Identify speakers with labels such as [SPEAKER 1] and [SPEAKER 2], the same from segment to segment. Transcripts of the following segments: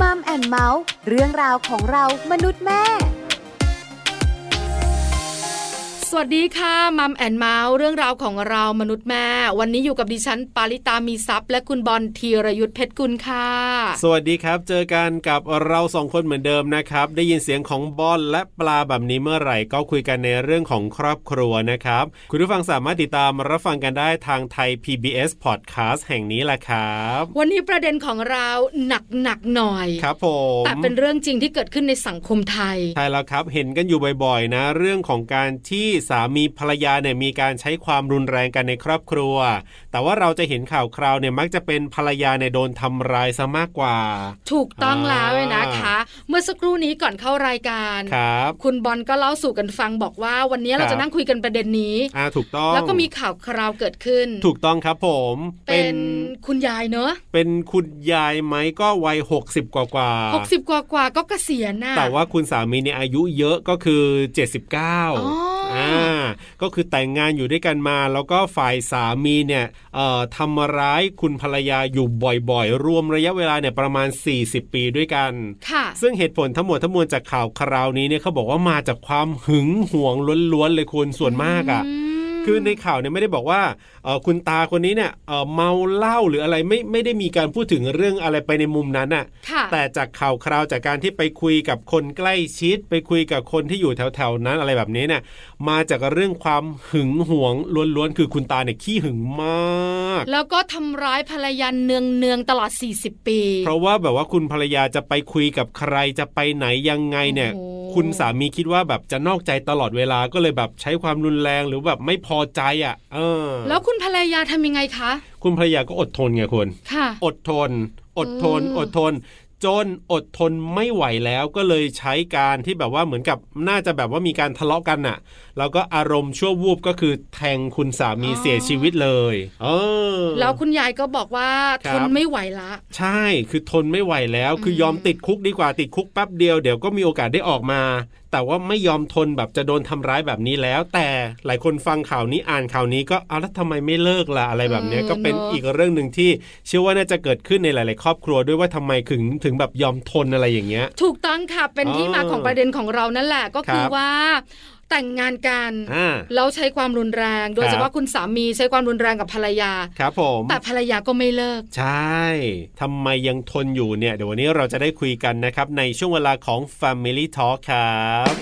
[SPEAKER 1] มัมแอนเมาส์เรื่องราวของเรามนุษย์แม่
[SPEAKER 2] สวัสดีค่ะมัมแอนเมาส์เรื่องราวของเรามนุษย์แม่ วันนี้อยู่กับดิฉันปาริตามีซัพย์ และคุณบอลธีรยุทธเพชรกุลค่ะ
[SPEAKER 3] สวัสดีครับ เจอกันกับเราสองคนเหมือนเดิมนะครับ ได้ยินเสียงของบอลและปลาแบบนี้เมื่อไหร่ก็คุยกันในเรื่องของครอบครัวนะครับ คุณผู้ฟังสามารถติดตามรับฟังกันได้ทางไทย PBS Podcast แห่งนี้แหละครับ
[SPEAKER 2] วันนี้ประเด็นของเราหนักหนักๆหน่อย
[SPEAKER 3] ครับผม
[SPEAKER 2] แต่เป็นเรื่องจริงที่เกิดขึ้นในสังคมไทย
[SPEAKER 3] ใช่แล้วครับเห็นกันอยู่บ่อยๆ นะ เรื่องของการที่สามีภรรยาเนี่ยมีการใช้ความรุนแรงกันในครอบครัว แต่ว่าเราจะเห็นข่าวคราวเนี่ยมักจะเป็นภรรยาเนี่ยโดนทำร้ายซะมากกว่า
[SPEAKER 2] ถูกต้อง
[SPEAKER 3] อ่า
[SPEAKER 2] แล้วเลยนะคะ เมื่อสักครู่นี้ก่อนเข้ารายการ
[SPEAKER 3] ครับ
[SPEAKER 2] คุณบอลก็เล่าสู่กันฟังบอกว่า วันนี้เรา
[SPEAKER 3] ครับ
[SPEAKER 2] จะนั่งคุยกันประเด็นนี้
[SPEAKER 3] อ่าถูกต้อง
[SPEAKER 2] แล้วก็มีข่าวคราวเกิดขึ้น
[SPEAKER 3] ถูกต้องครับผม
[SPEAKER 2] เป็นคุณยายเนอะ
[SPEAKER 3] เป็นคุณยายไหมก็วัย 60 กว่ากว่า
[SPEAKER 2] หกสิบกว่ากว่าๆก็เกษียณน่ะ
[SPEAKER 3] แต่ว่าคุณสามีเนี่ยอายุเยอะก็คือ 79
[SPEAKER 2] อ๋ออ่
[SPEAKER 3] ก็คือแต่งงานอยู่ด้วยกันมา แล้วก็ฝ่ายสามีเนี่ยเอ่อทำร้ายคุณภรรยาอยู่บ่อยๆ รวมระยะเวลาเนี่ยประมาณ 40 ปีด้วยกัน
[SPEAKER 2] ค่ะ
[SPEAKER 3] ซึ่งเหตุผลทั้งหมดทั้งมวลจากข่าวคราวนี้เนี่ยเขาบอกว่ามาจากความหึงหวงล้วนๆเลยคุณส่วนมากอ่ะ
[SPEAKER 2] ม
[SPEAKER 3] คือในข่าวเนี่ยไม่ได้บอกว่าเอ่อคุณตาคนนี้เนี่ยเอ่อเมาเหล้าหรืออะไรไม่ไม่ได้มีการพูดถึงเรื่องอะไรไปในมุมนั้นน่ะ
[SPEAKER 2] ค่ะ
[SPEAKER 3] แต่จากข่าวคราวจากการที่ไปคุยกับคนใกล้ชิด ไปคุยกับคนที่อยู่แถวๆนั้นอะไรแบบนี้เนี่ยมาจากเรื่องความหึงหวงล้วนๆคือคุณตาเนี่ยขี้หึงมาก
[SPEAKER 2] แล้วก็ทำร้ายภรรยาเนืองเนืองๆตลอด 40 ปี
[SPEAKER 3] เพราะว่าแบบว่าคุณภรรยาจะไปคุยกับใครจะไปไหนยังไงเนี่ย
[SPEAKER 2] โอ้โห
[SPEAKER 3] คุณสามีคิดว่าแบบจะนอกใจตลอดเวลาก็เลยแบบใช้ความรุนแรงหรือแบบไม่พอใจอ่ะ เออ
[SPEAKER 2] แล้วคุณภรรยาทำยังไงคะ
[SPEAKER 3] คุณภรรยาก็อดทนไงคุณ
[SPEAKER 2] ค่ะ
[SPEAKER 3] อดทน อดทน
[SPEAKER 2] อืม
[SPEAKER 3] อดทน จนอดทนไม่ไหวแล้วก็เลยใช้การที่แบบว่าเหมือนกับน่าจะแบบว่ามีการทะเลาะกันน่ะ แล้วก็อารมณ์ชั่ววูบก็คือแทงคุณสามีเสียชีวิตเลย เออ
[SPEAKER 2] แล้วคุณยายก็บอกว่า
[SPEAKER 3] ค
[SPEAKER 2] ท
[SPEAKER 3] รับ
[SPEAKER 2] นไม่ไหวละ
[SPEAKER 3] ใช่คือทนไม่ไหวแล้ว คืออ
[SPEAKER 2] ม
[SPEAKER 3] ยอมติดคุกดีกว่าติดคุกแป๊บเดียวเดี๋ยวก็มีโอกาสได้ออกมา แต่ว่าไม่ยอมทนแบบจะโดนทำร้ายแบบนี้แล้ว แต่หลายคนฟังข่าวนี้อ่านข่าวนี้ก็เอาแล้วทำไมไม่เลิกล่ะอะไรแบบเนี้ยก็เป็นอีกเรื่องหนึ่งที่ เชื่อว่าน่าจะเกิดขึ้นในหลาย ๆ ครอบครัวด้วยว่าทำไมถึงถึงแบบยอมทนอะไรอย่างเงี้ย
[SPEAKER 2] ถูกต้องค่ะเป็นที่
[SPEAKER 3] อ๋อ
[SPEAKER 2] มาของประเด็นของเรานั่นแหละก็คือ
[SPEAKER 3] ครับ
[SPEAKER 2] ว่า แต่งงานกัน
[SPEAKER 3] อ่า
[SPEAKER 2] แล้วใช้ความรุนแรง โดย
[SPEAKER 3] ครับ
[SPEAKER 2] เฉพาะคุณสามีใช้ความรุนแรงกับภรรยา
[SPEAKER 3] ครับผม
[SPEAKER 2] แต่ภรรยาก็ไม่เลิก
[SPEAKER 3] ใช่ทำไมยังทนอยู่เนี่ย เดี๋ยววันนี้เราจะได้คุยกันนะครับ ในช่วงเวลาของ Family Talk ครับ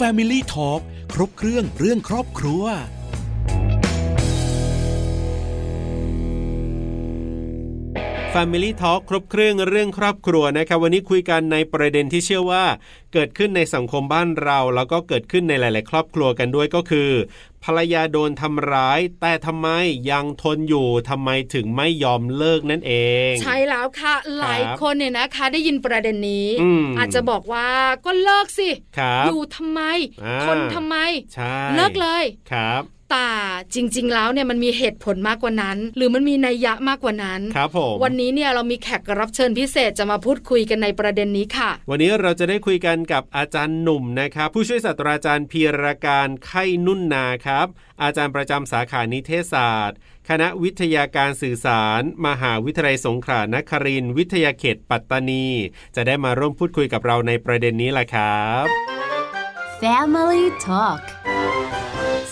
[SPEAKER 4] Family Talk ครบเครื่องเรื่องครอบครัว
[SPEAKER 3] f a m i l y Talk ครบเครื่องเรื่องครอบครัวนะครับ วันนี้คุยกันในประเด็นที่เชื่อว่า เกิดขึ้นในสังคมบ้านเรา แล้วก็เกิดขึ้นในหลาย ๆ ครอบครัวกันด้วยก็คือ ภรรยาโดนทำร้าย แต่ทำไมยังทนอยู่ทำไมถึงไม่ยอมเลิกนั่นเอง
[SPEAKER 2] ใช่แล้วค่ะ หลายคนเนี่ยนะคะ ได้ยินประเด็นนี้
[SPEAKER 3] อืม
[SPEAKER 2] อาจจะบอกว่าก็เลิกสิ
[SPEAKER 3] ครับ
[SPEAKER 2] อยู่ทำไม
[SPEAKER 3] อ่า
[SPEAKER 2] ทนทำไม
[SPEAKER 3] ใช่
[SPEAKER 2] เลิกเลย
[SPEAKER 3] ครับ
[SPEAKER 2] แต่จริงๆแล้วเนี่ยมันมีเหตุผลมากกว่านั้น หรือมันมีนัยยะมากกว่านั้น
[SPEAKER 3] ครับผม
[SPEAKER 2] วันนี้เนี่ยเรามีแขกรับเชิญพิเศษจะมาพูดคุยกันในประเด็นนี้ค่ะ
[SPEAKER 3] วันนี้เราจะได้คุยกันกับอาจารย์หนุ่มนะครับ ผู้ช่วยศาสตราจารย์พีรการไข้นุ่นนาครับ อาจารย์ประจำสาขานิเทศศาสตร์ คณะวิทยาการสื่อสาร มหาวิทยาลัยสงขลานครินทร์วิทยาเขตปัตตานี จะได้มาร่วมพูดคุยกับเราในประเด็นนี้แหละครับ
[SPEAKER 1] Family Talk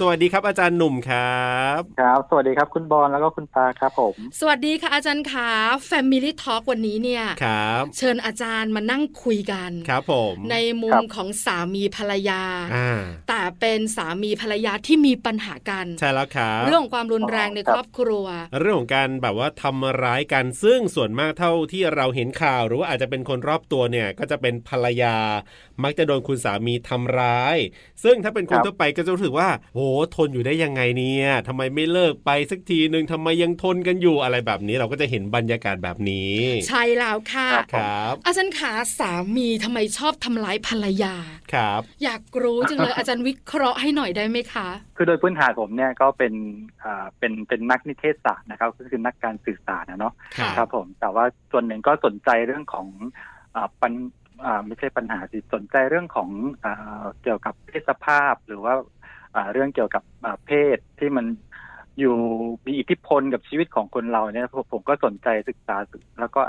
[SPEAKER 3] สวัสดีครับอาจารย์หนุ่มครับ
[SPEAKER 5] ครับ สวัสดีครับคุณบอลแล้วก็คุณปลาครับผม
[SPEAKER 2] สวัสดีค่ะอาจารย์ขา Family Talk วันนี้เนี่ย
[SPEAKER 3] ครับ
[SPEAKER 2] เชิญอาจารย์มานั่งคุยกัน
[SPEAKER 3] ครับผม
[SPEAKER 2] ในมุม
[SPEAKER 5] ครับ
[SPEAKER 2] ของสามีภรรยา
[SPEAKER 3] อ่า
[SPEAKER 2] แต่เป็นสามีภรรยาที่มีปัญหากัน
[SPEAKER 3] ใช่แล้วครับ
[SPEAKER 2] เรื่องของความรุนแรงในครอบครัว
[SPEAKER 3] เรื่องของการแบบว่าทำร้ายกันซึ่งส่วนมากเท่าที่เราเห็นข่าว หรือว่าอาจจะเป็นคนรอบตัวเนี่ย ก็จะเป็นภรรยา มักจะโดนคุณสามีทำร้าย ซึ่งถ้าเป็นคน
[SPEAKER 5] ครับ
[SPEAKER 3] ทั่วไปก็จะรู้สึกว่าโหทนอยู่ได้ยังไงเนี่ยทำไมไม่เลิกไปสักทีหนึ่งทำไมยังทนกันอยู่อะไรแบบนี้ เราก็จะเห็นบรรยากาศแบบนี้
[SPEAKER 2] ใช่แล้วค่ะ
[SPEAKER 3] ครับ
[SPEAKER 2] อาจารย์ขาสามีทำไมชอบทำร้ายภรรยา
[SPEAKER 3] ครับ
[SPEAKER 2] อยากรู้จัง เลย อาจารย์วิเคราะห์ให้หน่อยได้ไหมคะ
[SPEAKER 5] คือโดยพื้นฐานผมเนี่ยก็เป็นอ่าเป็นเป็นนักนิเทศศาสตร์นะครับ ก็คือนักการสื่อสารนะเนาะ
[SPEAKER 3] ครับ
[SPEAKER 5] ครับผมแต่ว่าส่วนหนึ่งก็สนใจเรื่องของอ่าปัญอ่าไม่ใช่ปัญหาสิสนใจเรื่องของอ่าเกี่ยวกับเพศสภาพ หรือว่าอ่าเรื่องเกี่ยวกับอ่าเพศที่มัน อยู่มีอิทธิพลกับชีวิตของคนเราเนี่ยผมผมก็สนใจศึกษาแล้วก็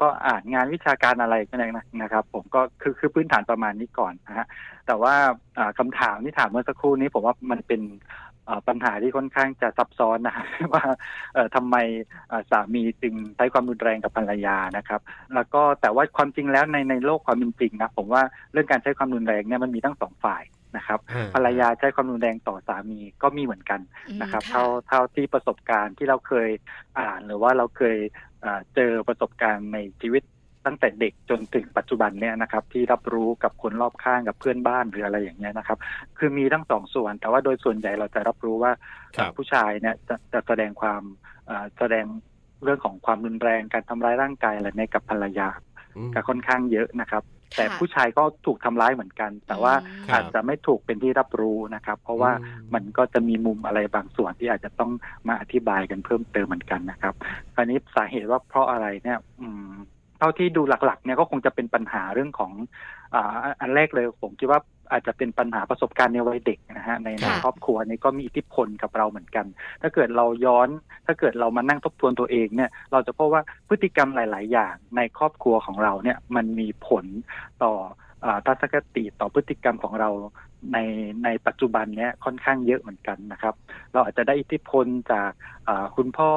[SPEAKER 5] ก็อ่านงานวิชาการอะไรก็ได้นะนะครับ ผมก็คือคือพื้นฐานประมาณนี้ก่อนนะฮะแต่ว่าอ่าคำาถามที่ถามเมื่อสักครู่นี้ผมว่ามันเป็นอ่าปัญหาที่ค่อนข้างจะซับซ้อนนะฮะ ว่าเอ่อทำไมอ่าสามีจึงใช้ความรุนแรงกับภรรยานะครับ แล้วก็แต่ว่าความจริงแล้วในในโลกความเป็นจริงนะผมว่าเรื่องการใช้ความรุนแรงเนี่ยมันมีทั้งสองฝ่ายนะครับ
[SPEAKER 3] อ่
[SPEAKER 5] ภรรยาใช้ความรุนแรงต่อสามีก็มีเหมือนกันนะครับ
[SPEAKER 2] อืม
[SPEAKER 5] เท่าเท่าที่ประสบการณ์ที่เราเคยอ่านหรือว่าเราเคยอ่าเจอประสบการณ์ในชีวิตตั้งแต่เด็กจนถึงปัจจุบันเนี่ยนะครับ ที่รับรู้กับคนรอบข้างกับเพื่อนบ้านหรืออะไรอย่างเงี้ยนะครับ คือมีทั้งสองส่วน แต่ว่าโดยส่วนใหญ่เราจะรับรู้ว่า
[SPEAKER 3] ครับ
[SPEAKER 5] ผู้ชายเนี่ยจะจะแสดงความเอ่อแสดงเรื่องของความรุนแรงการทำร้ายร่างกายอะไรเนี่ยกับภรรยา
[SPEAKER 3] อืม
[SPEAKER 5] ก็ค่อนข้างเยอะนะครับ แต่
[SPEAKER 2] ค่ะ
[SPEAKER 5] ผู้ชายก็ถูกทำร้ายเหมือนกัน แต่ว่า
[SPEAKER 3] ครั
[SPEAKER 5] อา
[SPEAKER 3] บ
[SPEAKER 5] จจะไม่ถูกเป็นที่รับรู้นะครับ เพราะว่า
[SPEAKER 3] อืม
[SPEAKER 5] มันก็จะมีมุมอะไรบางส่วนที่อาจจะต้องมาอธิบายกันเพิ่มเติมเหมือนกันนะครับคราวนี้สาเหตุว่าเพราะอะไรเนี่ย อืมเท่าที่ดูหลักๆ เนี่ยก็คงจะเป็นปัญหาเรื่องของอ่าอันแรกเลยผมคิดว่าอาจจะเป็นปัญหาประสบการณ์ในวัยเด็กนะฮะในใน
[SPEAKER 2] ค่ะ
[SPEAKER 5] ครอบครัวนี่ก็มีอิทธิพลกับเราเหมือนกัน ถ้าเกิดเราย้อน ถ้าเกิดเรามานั่งทบทวนตัวเองเนี่ย เราจะพบว่าพฤติกรรมหลาย ๆ อย่างในครอบครัวของเราเนี่ยมันมีผลต่ออ่าทัศนคติต่อพฤติกรรมของเราในในปัจจุบันเนี่ยค่อนข้างเยอะเหมือนกันนะครับ เราอาจจะได้อิทธิพลจากอ่าคุณพ่อ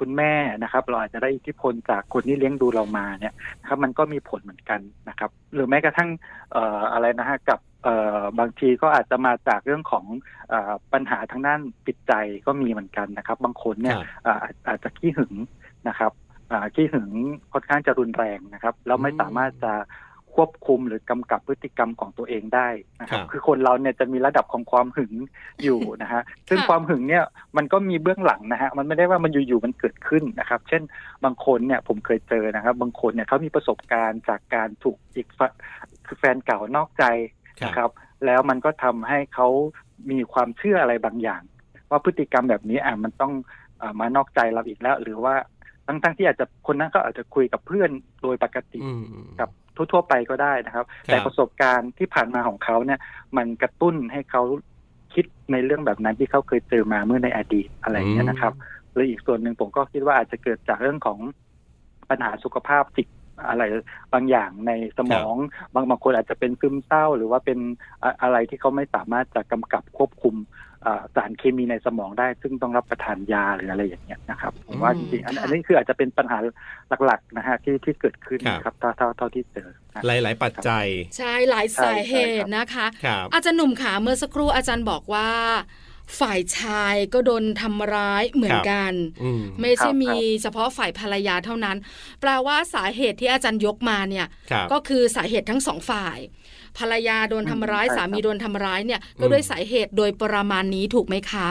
[SPEAKER 5] คุณแม่นะครับ เราอาจจะได้อิทธิพลจากคนที่เลี้ยงดูเรามาเนี่ยนะครับมันก็มีผลเหมือนกันนะครับ หรือแม้กระทั่งเอ่ออะไรนะฮะกับเอ่อบางทีก็อาจจะมาจากเรื่องของเออปัญหาทางด้านจิตใจก็มีเหมือนกันนะครับ บางคนเนี่ย
[SPEAKER 3] ครับ
[SPEAKER 5] อ่าอาจอาจจะขี้หึงนะครับอ่าขี้หึงค่อนข้างจะรุนแรงนะครับแล้วไม่
[SPEAKER 3] อืม
[SPEAKER 5] สามารถจะควบคุมหรือกำกับพฤติกรรมของตัวเองได้นะครับ
[SPEAKER 3] ครับ
[SPEAKER 5] คือคนเราเนี่ยจะมีระดับของความหึงอยู่นะฮะซึ่ง
[SPEAKER 2] ค่ะ
[SPEAKER 5] ความหึงเนี่ยมันก็มีเบื้องหลังนะฮะมันไม่ได้ว่ามันอยู่ๆมันเกิดขึ้นนะครับ เช่นบางคนเนี่ยผมเคยเจอนะครับ บางคนเนี่ยเขามีประสบการณ์จากการถูกอีกฝ่ายคือแฟนเก่านอกใจ นะครับแล้วมันก็ทำให้เขามีความเชื่ออะไรบางอย่าง ว่าพฤติกรรมแบบนี้อ่ะมันต้องเอ่อมานอกใจเราอีกแล้ว หรือว่าทั้งๆที่อาจจะคนนั้นก็อาจจะคุยกับเพื่อนโดยปกติ
[SPEAKER 3] อืม
[SPEAKER 5] กับทั่วๆไปก็ได้นะครับ แต่ประสบการณ์ที่ผ่านมาของเขาเนี่ย มันกระตุ้นให้เขาคิดในเรื่องแบบนั้นที่เขาเคยเจอมาเมื่อในอดีตอะไรอย่างเงี้ยนะครับ หรืออีกส่วนหนึ่งผมก็คิดว่าอาจจะเกิดจากเรื่องของปัญหาสุขภาพจิตอะไรบางอย่างในสมอง บางบางคนอาจจะเป็นซึมเศร้า หรือว่าเป็นอะอะไรที่เขาไม่สามารถจะกำกับควบคุมเอ่อสารเคมีในสมองได้ ซึ่งต้องรับประทานยาหรืออะไรอย่างเงี้ยนะครับผมว่า
[SPEAKER 3] อืม
[SPEAKER 5] จริงๆอัน
[SPEAKER 2] ค่ะ
[SPEAKER 5] อันนี้คืออาจจะเป็นปัญหาหลักๆนะฮะที่ที่เกิดขึ้น
[SPEAKER 3] ครับ
[SPEAKER 5] ครับเท่าเท่าเท่าที่เจอนะ
[SPEAKER 3] หลายหลาย ๆ ปัจจัย
[SPEAKER 2] ใช่หลายสาเหตุนะคะ
[SPEAKER 3] ครับ
[SPEAKER 2] อาจารย์หนุ่มค่ะเมื่อสักครู่อาจารย์บอกว่า ฝ่ายชายก็โดนทำร้ายเหมือนกัน
[SPEAKER 3] อืม
[SPEAKER 2] ไม่ใช่
[SPEAKER 5] ครับ
[SPEAKER 2] มีเฉพาะฝ่ายภรรยาเท่านั้น แปลว่าสาเหตุที่อาจารย์ยกมาเนี่ย
[SPEAKER 3] ครับ
[SPEAKER 2] ก็คือสาเหตุทั้งสองฝ่าย ภรรยาโดนทำร้าย
[SPEAKER 5] อืมใช่
[SPEAKER 2] สามี
[SPEAKER 5] ครับ
[SPEAKER 2] โดนทำร้ายเนี่ย ก็
[SPEAKER 3] อืม
[SPEAKER 2] ด้วยสาเหตุโดยประมาณนี้ถูกไหมคะ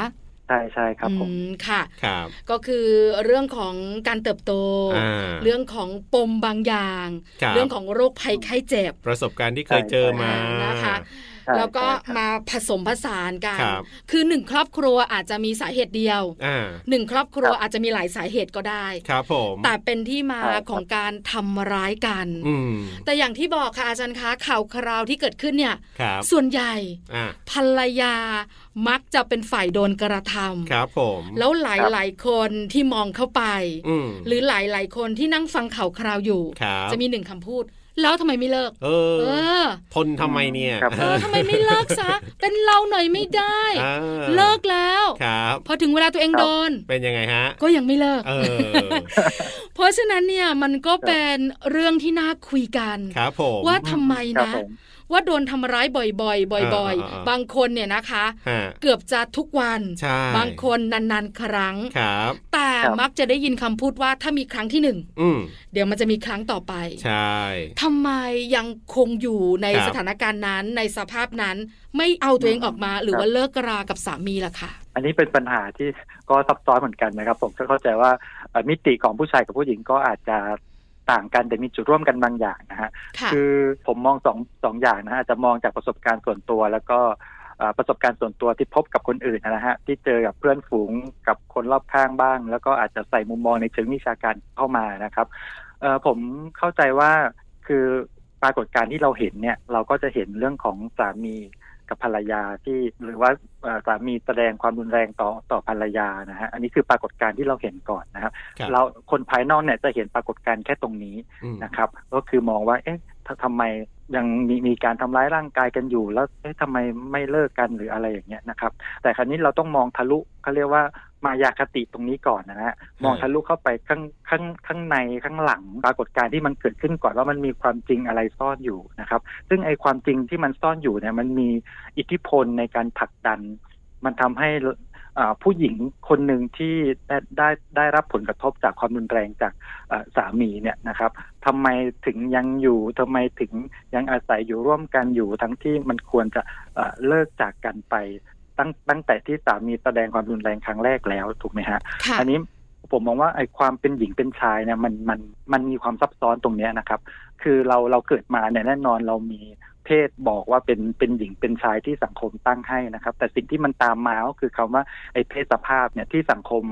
[SPEAKER 5] ใช่ใช่ครับผ
[SPEAKER 2] อื
[SPEAKER 5] ม
[SPEAKER 2] มค่ะ
[SPEAKER 3] ครับ
[SPEAKER 2] ก็คือเรื่องของการเติบโต
[SPEAKER 3] อ่า
[SPEAKER 2] เรื่องของปมบางอย่าง
[SPEAKER 3] ครับ
[SPEAKER 2] เรื่องของโรคภัยไข้เจ็บ
[SPEAKER 3] ประสบการณ์ที่เคยเจอมา
[SPEAKER 2] นะคะ
[SPEAKER 5] ใช่
[SPEAKER 2] แล้วก็
[SPEAKER 5] ใช่ครับ
[SPEAKER 2] มาผสมผสานกัน
[SPEAKER 3] ครับ
[SPEAKER 2] อหนึ่งครอบครัวอาจจะมีสาเหตุเดียว
[SPEAKER 3] อ่า
[SPEAKER 2] หนึ่งครอบครัว
[SPEAKER 5] ครับ
[SPEAKER 2] อาจจะมีหลายสาเหตุก็ได้
[SPEAKER 3] ครับผม
[SPEAKER 2] แต่เป็นที่มา
[SPEAKER 5] ใช่ครับ
[SPEAKER 2] ของการทำร้ายกัน
[SPEAKER 3] อืม
[SPEAKER 2] แต่อย่างที่บอกค่ะอาจารย์คะข่าวคราวที่เกิดขึ้นเนี่ย
[SPEAKER 3] ครับ
[SPEAKER 2] ส่วนใหญ่
[SPEAKER 3] อ่า
[SPEAKER 2] ภรรยามักจะเป็นฝ่ายโดนกระทำ
[SPEAKER 3] ครับผม
[SPEAKER 2] แล้วหลายหลายคนที่มองเข้าไป
[SPEAKER 3] อืม
[SPEAKER 2] หรือหลายหลายคนที่นั่งฟังข่าวคราวอยู่
[SPEAKER 3] ครับ
[SPEAKER 2] จะมีหนึ่งคำพูด แล้วทำไมไม่เลิก
[SPEAKER 3] เอ
[SPEAKER 2] เอ
[SPEAKER 3] อ
[SPEAKER 2] อ
[SPEAKER 3] ทนทำไมเนี่ย
[SPEAKER 5] ครับ
[SPEAKER 2] เออทำไมไม่เลิกซะ เป็นเราหน่อยไม่ได้
[SPEAKER 3] อ่า
[SPEAKER 2] เลิกแล้ว
[SPEAKER 3] ครับ
[SPEAKER 2] พอถึงเวลาตัวเอง
[SPEAKER 5] ครับ
[SPEAKER 2] โดน
[SPEAKER 3] เป็นยังไงฮะ
[SPEAKER 2] ก็ยังไม่เลิก
[SPEAKER 3] เออ
[SPEAKER 2] เพราะฉะนั้นเนี่ยมันก็เป็นเรื่องที่น่าคุยกัน
[SPEAKER 3] ครับผม
[SPEAKER 2] ว่าทำไม
[SPEAKER 5] ครั
[SPEAKER 2] นะ
[SPEAKER 5] บผม
[SPEAKER 2] ว่าโดนทำร้ายบ่อยๆ บ่อย
[SPEAKER 3] อ่าๆๆ
[SPEAKER 2] ๆ บางคนเนี่ยนะคะ
[SPEAKER 3] ฮะ
[SPEAKER 2] เกือบจะทุกวัน
[SPEAKER 3] ใช่
[SPEAKER 2] บางคนนานๆ ครั้ง
[SPEAKER 3] ครับ
[SPEAKER 2] แต่มักจะได้ยินคำพูดว่าถ้ามีครั้งที่หนึ่ง
[SPEAKER 3] อืม
[SPEAKER 2] เดี๋ยวมันจะมีครั้งต่อไป
[SPEAKER 3] ใช่
[SPEAKER 2] ทำไมยังคงอยู่ใน
[SPEAKER 3] ครับ
[SPEAKER 2] สถานการณ์นั้นในสภาพนั้น ไม่เอาตัวเองออกมาหรือว่าเลิกรากับสามีล่ะคะ
[SPEAKER 5] อันนี้เป็นปัญหาที่ก็ซับซ้อนเหมือนกันนะครับ ผมก็เข้าใจว่าเอ่อมิติของผู้ชายกับผู้หญิงก็อาจจะต่างกันแต่มีจุดร่วมกันบางอย่างนะฮะ
[SPEAKER 2] ค่ะ
[SPEAKER 5] คือผมมองสองสองอย่างนะฮะอาจจะมองจากประสบการณ์ส่วนตัว แล้วก็เอ่อประสบการณ์ส่วนตัวที่พบกับคนอื่นนะฮะที่เจอกับเพื่อนฝูงกับคนรอบข้างบ้าง แล้วก็อาจจะใส่มุมมองในเชิงวิชาการเข้ามานะครับเอ่อผมเข้าใจว่าคือปรากฏการณ์ที่เราเห็นเนี่ย เราก็จะเห็นเรื่องของสามี กับภรรยาที่หรือว่าเอ่อสามีแสดงความรุนแรงต่อต่อภรรยานะฮะอันนี้คือปรากฏการณ์ที่เราเห็นก่อนนะครับ
[SPEAKER 3] ครับ
[SPEAKER 5] เราคนภายนอกเนี่ยจะเห็นปรากฏการณ์แค่ตรงนี้
[SPEAKER 3] อืม
[SPEAKER 5] นะครับก็คือมองว่าเอ๊ะททำไมยังมีมีการทำร้ายร่างกายกันอยู่แล้วเอ๊ะทำไมไม่เลิกกันหรืออะไรอย่างเงี้ยนะครับ แต่ครั้นี้เราต้องมองทะลุเขาเรียกว่ามายาคติตรงนี้ก่อนนะฮะมองทะลุเข้าไปข้างข้างข้างในข้างหลังปรากฏการณ์ที่มันเกิดขึ้นก่อนว่ามันมีความจริงอะไรซ่อนอยู่นะครับ ซึ่งไอ้ความจริงที่มันซ่อนอยู่เนี่ยมันมีอิทธิพลในการผลักดัน มันทำให้อ่าผู้หญิงคนหนึ่งที่ได้ได้ได้รับผลกระทบจากความรุนแรงจาก เอ่อสามีเนี่ยนะครับทำไมถึงยังอยู่ทำไมถึงยังอาศัยอยู่ร่วมกันอยู่ทั้งที่มันควรจะเอ่อเลิกจากกันไปตั้งตั้งแต่ที่สามีแสดงความรุนแรงครั้งแรกแล้วถูกไหมฮะ
[SPEAKER 2] ค่ะ
[SPEAKER 5] อันนี้ผมมองว่าไอ้ความเป็นหญิงเป็นชายเนี่ยมันมันมันมีความซับซ้อนตรงเนี้ยนะครับ คือเราเราเกิดมาเนี่ยแน่นอนเรามีเพศบอกว่าเป็นเป็นหญิงเป็นชายที่สังคมตั้งให้นะครับ แต่สิ่งที่มันตามมาก็คือคำว่าไอ้เพศสภาพเนี่ยที่สังคม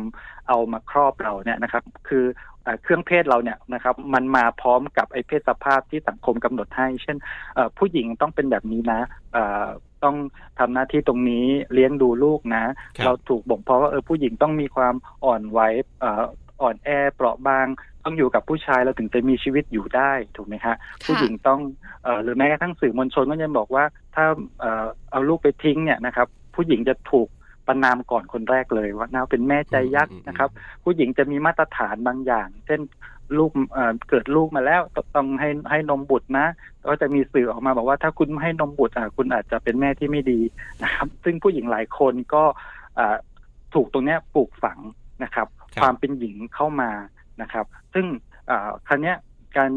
[SPEAKER 5] เอามาครอบเราเนี่ยนะครับ คือเอ่อเครื่องเพศเราเนี่ยนะครับ มันมาพร้อมกับไอ้เพศสภาพที่สังคมกำหนดให้ เช่นเอ่อผู้หญิงต้องเป็นแบบนี้นะเอ่อต้องทำหน้าที่ตรงนี้เลี้ยงดูลูกนะ
[SPEAKER 3] ครับ
[SPEAKER 5] เราถูกบ่งเพราะว่าเออผู้หญิงต้องมีความอ่อนไหวเอ่ออ่อนแอเปราะบางต้องอยู่กับผู้ชายเราถึงจะมีชีวิตอยู่ได้ถูกไหมฮะ ผู้หญิงต้องเออหรือแม้กระทั่งสื่อมวลชนก็ยังบอกว่า ถ้าเอ่อเอาลูกไปทิ้งเนี่ยนะครับ ผู้หญิงจะถูกประนามก่อนคนแรกเลยว่าน่าเป็นแม่ใจยักษ์นะครับ ผู้หญิงจะมีมาตรฐานบางอย่าง เช่นลูกเอ่อเกิดลูกมาแล้วตต้องให้ให้นมบุตรนะ ก็จะมีสื่อออกมาบอกว่าถ้าคุณไม่ให้นมบุตรอ่ะคุณอาจจะเป็นแม่ที่ไม่ดีนะครับ ซึ่งผู้หญิงหลายคนก็เอ่อถูกตรงเนี้ยปลูกฝังนะครับ
[SPEAKER 3] ครับ
[SPEAKER 5] ความเป็นหญิงเข้ามานะครับ ซึ่งเอ่อครั้งนี้ยการ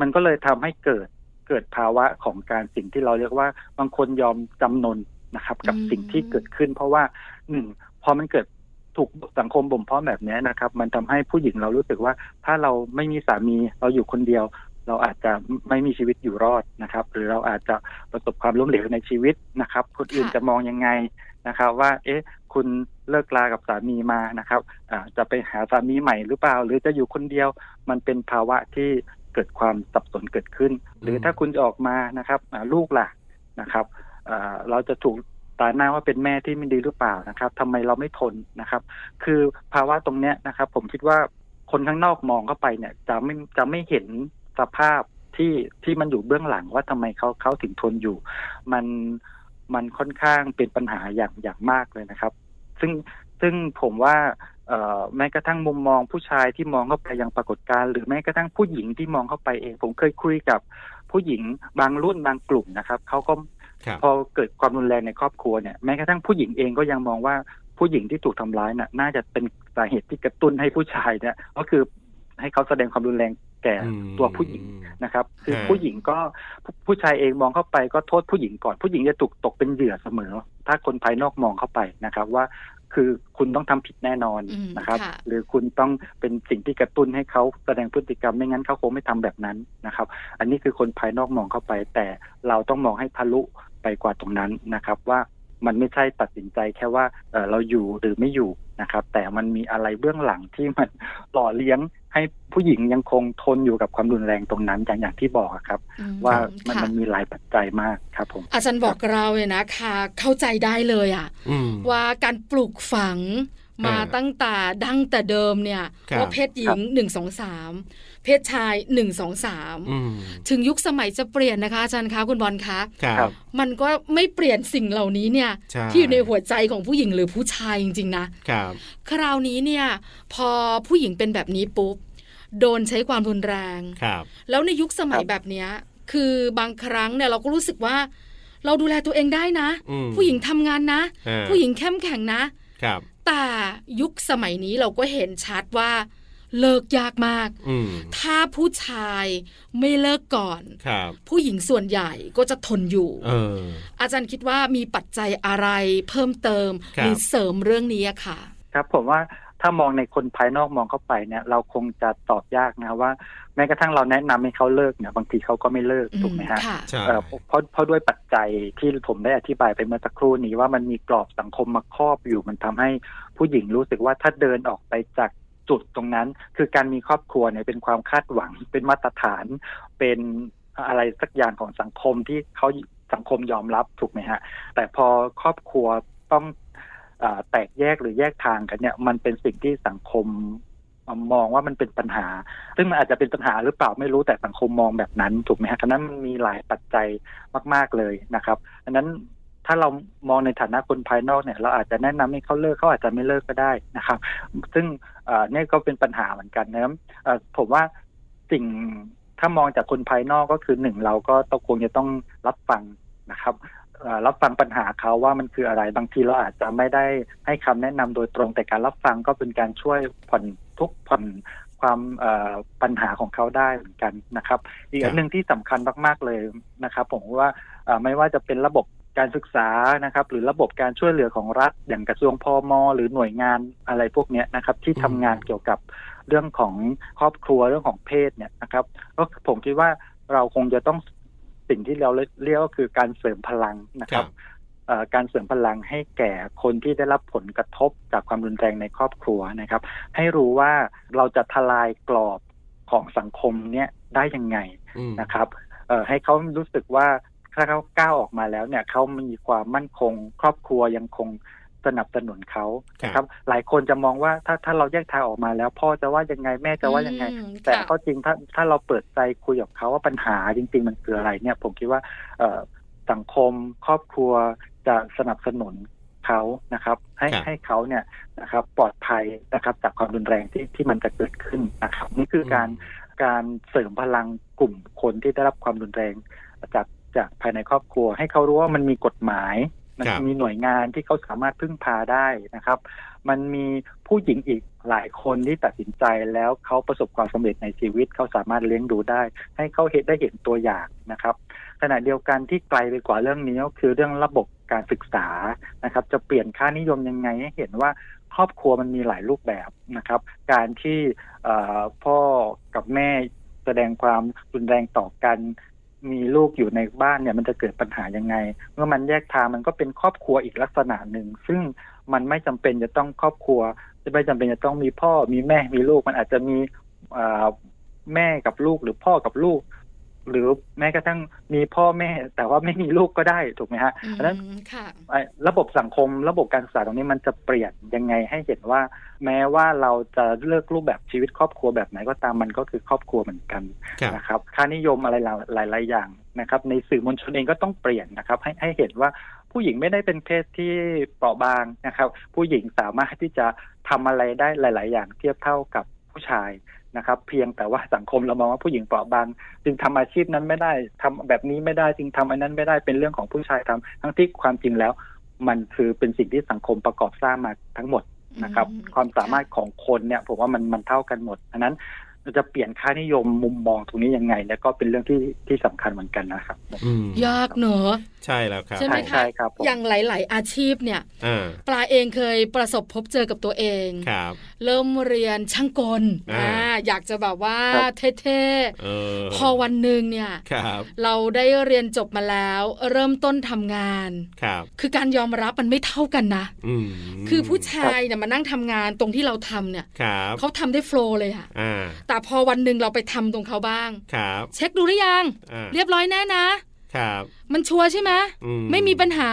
[SPEAKER 5] มันก็เลยทำให้เกิดเกิดภาวะของการสิ่งที่เราเรียกว่าบางคนยอมจำนนนะครับ กับ
[SPEAKER 2] อืม
[SPEAKER 5] สิ่งที่เกิดขึ้น เพราะว่าหนึ่งพอมันเกิดถูกสังคมบ่มเพาะแบบเนี้ยนะครับ มันทำให้ผู้หญิงเรารู้สึกว่า ถ้าเราไม่มีสามีเราอยู่คนเดียว เราอาจจะไม่มีชีวิตอยู่รอดนะครับ หรือเราอาจจะประสบความล้มเหลวในชีวิตนะครับ คนอื่น
[SPEAKER 2] ค่ะ
[SPEAKER 5] จะมองยังไงนะครับ ว่า เอ๊ะ คุณเลิกลากับสามีมานะครับอ่าจะไปหาสามีใหม่หรือเปล่า หรือจะอยู่คนเดียว มันเป็นภาวะที่เกิดความสับสนเกิดขึ้น หรือถ้าคุณจะออกมานะครับอ่าลูกล่ะนะครับอ่าเราจะถูกตาหน้าว่าเป็นแม่ที่ไม่ดีหรือเปล่านะครับทำไมเราไม่ทนนะครับ คือภาวะตรงเนี้ยนะครับ ผมคิดว่าคนข้างนอกมองเข้าไปเนี่ยจะไม่จะไม่เห็นสภาพที่ที่มันอยู่เบื้องหลังว่าทำไมเขาเขาถึงทนอยู่ มันมันค่อนข้างเป็นปัญหาอย่างอย่างมากเลยนะครับ ซึ่งซึ่งผมว่าเอ่อแม้กระทั่งมุมมองผู้ชายที่มองเข้าไปยังปรากฏการณ์หรือแม้กระทั่งผู้หญิงที่มองเข้าไปเอง ผมเคยคุยกับผู้หญิงบางรุ่นบางกลุ่มนะครับเขาก็
[SPEAKER 3] ครับ
[SPEAKER 5] พอเกิดความรุนแรงในครอบครัวเนี่ยแม้กระทั่งผู้หญิงเองก็ยังมองว่าผู้หญิงที่ถูกทำร้ายน่ะน่าจะเป็นสาเหตุที่กระตุ้นให้ผู้ชายเนี่ยก็คือให้เขาแสดงความรุนแรงแก่
[SPEAKER 3] อืม
[SPEAKER 5] ตัวผู้หญิงนะครับ คือ
[SPEAKER 3] ฮะ
[SPEAKER 5] ผู้หญิงก็ผู้ผู้ชายเองมองเข้าไปก็โทษผู้หญิงก่อนผู้หญิงจะถูกตกเป็นเหยื่อเสมอ ถ้าคนภายนอกมองเข้าไปนะครับว่า คือคุณต้องทำผิดแน่นอน
[SPEAKER 2] อืม
[SPEAKER 5] นะครับ
[SPEAKER 2] ค่ะ
[SPEAKER 5] หรือคุณต้องเป็นสิ่งที่กระตุ้นให้เขาแสดงพฤติกรรมไม่งั้นเขาคงไม่ทำแบบนั้นนะครับ อันนี้คือคนภายนอกมองเข้าไป แต่เราต้องมองให้ทะลุไปกว่าตรงนั้นนะครับ ว่ามันไม่ใช่ตัดสินใจแค่ว่าเอ่อเราอยู่หรือไม่อยู่นะครับ แต่มันมีอะไรเบื้องหลังที่มันหล่อเลี้ยงให้ผู้หญิงยังคงทนอยู่กับความรุนแรงตรงนั้นอย่างอย่างที่บอกอะครับ
[SPEAKER 2] อืม
[SPEAKER 5] ว่ามัน
[SPEAKER 2] ค่ะ
[SPEAKER 5] มันมีหลายปัจจัยมากครับผม
[SPEAKER 2] อาจารย์บอกเราเนี่ยนะคะ เข้าใจได้เลยอ่ะ
[SPEAKER 3] อืม
[SPEAKER 2] ว่าการปลูกฝังมา
[SPEAKER 3] อ่า
[SPEAKER 2] ตั้งแต่ดั้งแต่เดิมเนี่ย
[SPEAKER 3] ครับ
[SPEAKER 2] ว่าเพศหญิงหนึ่งสองสามเพศชายหนึ่งสองสาม
[SPEAKER 3] อืม
[SPEAKER 2] ถึงยุคสมัยจะเปลี่ยนนะคะอาจารย์คะคุณบอลคะ
[SPEAKER 3] ครั
[SPEAKER 5] ครับ บ
[SPEAKER 2] มันก็ไม่เปลี่ยนสิ่งเหล่านี้เนี่ย
[SPEAKER 3] ใช่
[SPEAKER 2] ที่อยู่ในหัวใจของผู้หญิงหรือผู้ชายจริงๆนะครับ คราวนี้เนี่ยพอผู้หญิงเป็นแบบนี้ปุ๊บโดนใช้ความรุนแรง
[SPEAKER 3] ครับ
[SPEAKER 2] แล้วในยุคสมัย
[SPEAKER 5] ครับ
[SPEAKER 2] แบบเนี้ยคือบางครั้งเนี่ยเราก็รู้สึกว่า เราดูแลตัวเองได้นะ
[SPEAKER 3] อืม
[SPEAKER 2] ผู้หญิงทำงานนะ
[SPEAKER 3] อ่า
[SPEAKER 2] ผู้หญิงเข้มแข็งนะ
[SPEAKER 3] ครับ
[SPEAKER 2] แต่ยุคสมัยนี้เราก็เห็นชัดว่าเลิกยากมาก
[SPEAKER 3] อืม
[SPEAKER 2] ถ้าผู้ชายไม่เลิกก่อน
[SPEAKER 3] ครับ
[SPEAKER 2] ผู้หญิงส่วนใหญ่ก็จะทนอยู่
[SPEAKER 3] เออ
[SPEAKER 2] อาจารย์คิดว่ามีปัจจัยอะไรเพิ่มเติม
[SPEAKER 3] ครับ
[SPEAKER 2] หรือเสริมเรื่องนี้อะค่ะ
[SPEAKER 5] ครับผมว่าถ้ามองในคนภายนอกมองเข้าไปเนี่ย เราคงจะตอบยากนะว่า แม้กระทั่งเราแนะนำให้เขาเลิกเนี่ยบางทีเขาก็ไม่เลิก
[SPEAKER 2] อื
[SPEAKER 5] ถูกไหมฮะ
[SPEAKER 2] ค่ะ
[SPEAKER 3] ใช่
[SPEAKER 5] เอ่อเพราะเพราะด้วยปัจจัยที่ผมได้อธิบายไปเมื่อสักครู่นี้ว่ามันมีกรอบสังคมมาครอบอยู่มันทำให้ผู้หญิงรู้สึกว่าถ้าเดินออกไปจากจุดตรงนั้น คือการมีครอบครัวเนี่ยเป็นความคาดหวังเป็นมาตรฐาน เป็นอะไรสักอย่างของสังคมที่เขา สังคมยอมรับถูกไหมฮะ แต่พอครอบครัวต้องเออแตกแยกหรือแยกทางกันเนี่ย มันเป็นสิ่งที่สังคมมองว่ามันเป็นปัญหา ซึ่งมันอาจจะเป็นปัญหาหรือเปล่าไม่รู้แต่สังคมมองแบบนั้นถูกไหมฮะฉะนั้นมันมีหลายปัจจัยมาก ๆเลยนะครับอันนั้นถ้าเรามองในฐานะคนภายนอกเนี่ย เราอาจจะแนะนำให้เขาเลิกเขาอาจจะไม่เลิกก็ได้นะครับ ซึ่งเอ่อเนี่ยก็เป็นปัญหาเหมือนกันนะครับเอ่อผมว่าสิ่งถ้ามองจากคนภายนอกก็คือหนึ่งเราก็ต้องคงจะต้องรับฟังนะครับเอ่อรับฟังปัญหาเขาว่ามันคืออะไรบางทีเราอาจจะไม่ได้ให้คำแนะนำโดยตรงแต่การรับฟังก็เป็นการช่วยผ่อนทุกข์ผ่อนความเอ่อปัญหาของเขาได้เหมือนกันนะครับ อีก
[SPEAKER 3] ครั
[SPEAKER 5] อัน
[SPEAKER 3] บ
[SPEAKER 5] หนึ่งที่สำคัญมากๆเลยนะครับ ผมว่า เอ่อไม่ว่าจะเป็นระบบการศึกษานะครับ หรือระบบการช่วยเหลือของรัฐ อย่างกระทรวงพอมหรือหน่วยงานอะไรพวกเนี้ยนะครับ ที่ทำงานเกี่ยวกับเรื่องของครอบครัวเรื่องของเพศเนี่ยนะครับก็ผมคิดว่าเราคงจะต้องสิ่งที่เราเรียกก็คือการเสริมพลังนะ
[SPEAKER 3] ค
[SPEAKER 5] ค
[SPEAKER 3] รั
[SPEAKER 5] รับ บ เอ่อการเสริมพลังให้แก่คนที่ได้รับผลกระทบจากความรุนแรงในครอบครัวนะครับ ให้รู้ว่าเราจะทลายกรอบของสังคมเนี่ยได้ยังไง
[SPEAKER 3] อืม
[SPEAKER 5] นะครับเอ่อให้เขารู้สึกว่าถ้าเขาก้าวออกมาแล้วเนี่ยเขามีความมั่นคง ครอบครัวยังคงสนับสนุนเขานะค
[SPEAKER 3] ครั
[SPEAKER 5] รับ บ หลายคนจะมองว่าถ้าถ้าเราแยกทางออกมาแล้ว พ่อจะว่ายังไงแม่จะว่ายังไง
[SPEAKER 2] อืม
[SPEAKER 5] แต่
[SPEAKER 2] ค่ะ
[SPEAKER 5] ก็จริงถ้าถ้าเราเปิดใจคุยกับเขาว่าปัญหาจริง ๆ มันคืออะไรเนี่ย ผมคิดว่าเอ่อสังคมครอบครัวจะสนับสนุนเขานะครับ ให้
[SPEAKER 3] ครับ
[SPEAKER 5] ให้เขาเนี่ยนะครับ ปลอดภัยนะครับ จากความรุนแรงที่ที่มันจะเกิดขึ้นนะครับ นี่คือการ การเสริมพลังกลุ่มคนที่ได้รับความรุนแรงจากจากภายในครอบครัว ให้เขารู้ว่ามันมีกฎหมายมัน
[SPEAKER 3] ครับ
[SPEAKER 5] มีหน่วยงานที่เขาสามารถพึ่งพาได้นะครับ มันมีผู้หญิงอีกหลายคนที่ตัดสินใจแล้วเขาประสบความสำเร็จในชีวิตเขาสามารถเลี้ยงดูได้ ให้เขาเห็นได้เห็นตัวอย่างนะครับ ขณะเดียวกันที่ไกลไปกว่าเรื่องนี้ก็คือเรื่องระบบการศึกษานะครับ จะเปลี่ยนค่านิยมยังไงให้เห็นว่าครอบครัวมันมีหลายรูปแบบนะครับ การที่เอ่อพ่อกับแม่แสดงความรุนแรงต่อกัน มีลูกอยู่ในบ้านเนี่ยมันจะเกิดปัญหายังไง เมื่อมันแยกทางมันก็เป็นครอบครัวอีกลักษณะหนึ่ง ซึ่งมันไม่จำเป็นจะต้องครอบครัว จะไม่จำเป็นจะต้องมีพ่อมีแม่มีลูกมันอาจจะมีเอ่อแม่กับลูกหรือพ่อกับลูก หรือแม้กระทั่งมีพ่อแม่ แต่ว่าไม่มีลูกก็ได้ถูกไหมฮะเพราะฉะนั้น
[SPEAKER 2] อืมค่ะ
[SPEAKER 5] ไอ้ระบบสังคมระบบการศึกษาตรงนี้มันจะเปลี่ยนยังไงให้เห็นว่า แม้ว่าเราจะเลือกรูปแบบชีวิตครอบครัวแบบไหนก็ตามมันก็คือครอบครัวเหมือนกัน
[SPEAKER 3] ครับ
[SPEAKER 5] นะครับ ค่านิยมอะไรหลายหลายๆอย่างนะครับ ในสื่อมวลชนเองก็ต้องเปลี่ยนนะครับ ให้ให้เห็นว่าผู้หญิงไม่ได้เป็นเพศที่เปราะบางนะครับ ผู้หญิงสามารถที่จะทำอะไรได้หลาย ๆ อย่างเทียบเท่ากับผู้ชายนะครับ เพียงแต่ว่าสังคมเรามองว่าผู้หญิงเปราะบาง จึงทำอาชีพนั้นไม่ได้ทำแบบนี้ไม่ได้จึงทำอันนั้นไม่ได้เป็นเรื่องของผู้ชายทำทั้งที่ความจริงแล้ว มันคือเป็นสิ่งที่สังคมประกอบสร้างมาทั้งหมดนะครับ
[SPEAKER 2] อืม
[SPEAKER 5] ความสามารถของคนเนี่ยผมว่ามันมันเท่ากันหมดอันนั้นเราจะเปลี่ยนค่านิยมมุมมองตรงนี้ยังไง แล้วก็เป็นเรื่องที่ที่สำคัญเหมือนกันนะครับ
[SPEAKER 3] อืม
[SPEAKER 2] ยากเนอะ
[SPEAKER 3] ใช่แล้วครับ
[SPEAKER 2] ใช่ไหม คะ
[SPEAKER 5] ใช่ครับผม
[SPEAKER 2] อย่างหลาย ๆ อาชีพเนี่ย
[SPEAKER 3] อ่า
[SPEAKER 2] ปลาเองเคยประสบพบเจอกับตัวเอง
[SPEAKER 3] ครับ
[SPEAKER 2] เริ่มเรียนช่างกล
[SPEAKER 3] อ่า
[SPEAKER 2] อ่าอยากจะแบบว่า
[SPEAKER 5] ครับ
[SPEAKER 2] เท่
[SPEAKER 3] เออ
[SPEAKER 2] ๆ พอวันหนึ่งเนี่ย
[SPEAKER 3] ครับ
[SPEAKER 2] เราได้เรียนจบมาแล้ว เริ่มต้นทำงาน
[SPEAKER 3] ครับ
[SPEAKER 2] คือการยอมรับมันไม่เท่ากันนะ
[SPEAKER 3] อืม
[SPEAKER 2] คือผู้ชายเนี่ยมานั่งทำงานตรงที่เราทำเนี่ย
[SPEAKER 3] ครับ
[SPEAKER 2] เขาทำได้โฟลว์เลยค่ะ
[SPEAKER 3] อ่า
[SPEAKER 2] แต่พอวันหนึ่งเราไปทำตรงเขาบ้าง
[SPEAKER 3] ครับ
[SPEAKER 2] เช็คดูหรือยัง
[SPEAKER 3] อ่า
[SPEAKER 2] เรียบร้อยแน่นะ
[SPEAKER 3] ครับ
[SPEAKER 2] มันชัวร์ใช่ไหม
[SPEAKER 3] อื
[SPEAKER 2] ไม่มีปัญหา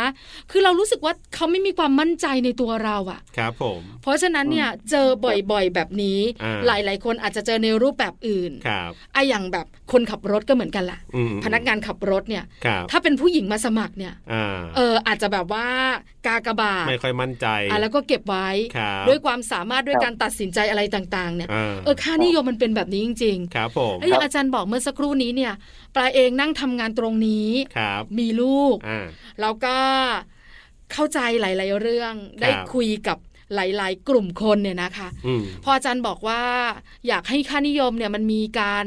[SPEAKER 2] คือเรารู้สึกว่าเขาไม่มีความมั่นใจในตัวเราอะ
[SPEAKER 3] ครับผม
[SPEAKER 2] เพราะฉะนั้นเนี่ยเจอบ่อยๆ แบบนี้
[SPEAKER 3] อ่า
[SPEAKER 2] หลายๆ คนอาจจะเจอในรูปแบบอื่น
[SPEAKER 3] ครับ
[SPEAKER 2] ไอะอย่างแบบคนขับรถก็เหมือนกันล่ะ
[SPEAKER 3] อืม
[SPEAKER 2] พนักงานขับรถเนี่ย
[SPEAKER 3] ครับ
[SPEAKER 2] ถ้าเป็นผู้หญิงมาสมัครเนี่ย
[SPEAKER 3] อ่า
[SPEAKER 2] เอออาจจะแบบว่ากากบาท
[SPEAKER 3] ไม่ค่อยมั่นใจ
[SPEAKER 2] อ่ะแล้วก็เก็บไว้
[SPEAKER 3] ครับ
[SPEAKER 2] ด้วยความสามารถด้วย
[SPEAKER 5] ครับ
[SPEAKER 2] การตัดสินใจอะไรต่างๆ เนี่ย
[SPEAKER 3] อ่า
[SPEAKER 2] เออค่านิยมมันเป็นแบบนี้จริง
[SPEAKER 3] ครับผม
[SPEAKER 2] ๆแล้วอย่างอาจารย์บอกเมื่อสักครู่นี้เนี่ยปลาเองนั่งทำงานตรงนี้
[SPEAKER 3] ครับ
[SPEAKER 2] มีลูก
[SPEAKER 3] อ่า
[SPEAKER 2] แล้วก็เข้าใจหลาย ๆ เรื่อง ได้
[SPEAKER 3] ครับ
[SPEAKER 2] คุยกับหลาย ๆ กลุ่มคนเนี่ยนะคะ
[SPEAKER 3] อืม
[SPEAKER 2] พออาจารย์บอกว่าอยากให้ค่านิยมเนี่ยมันมีการ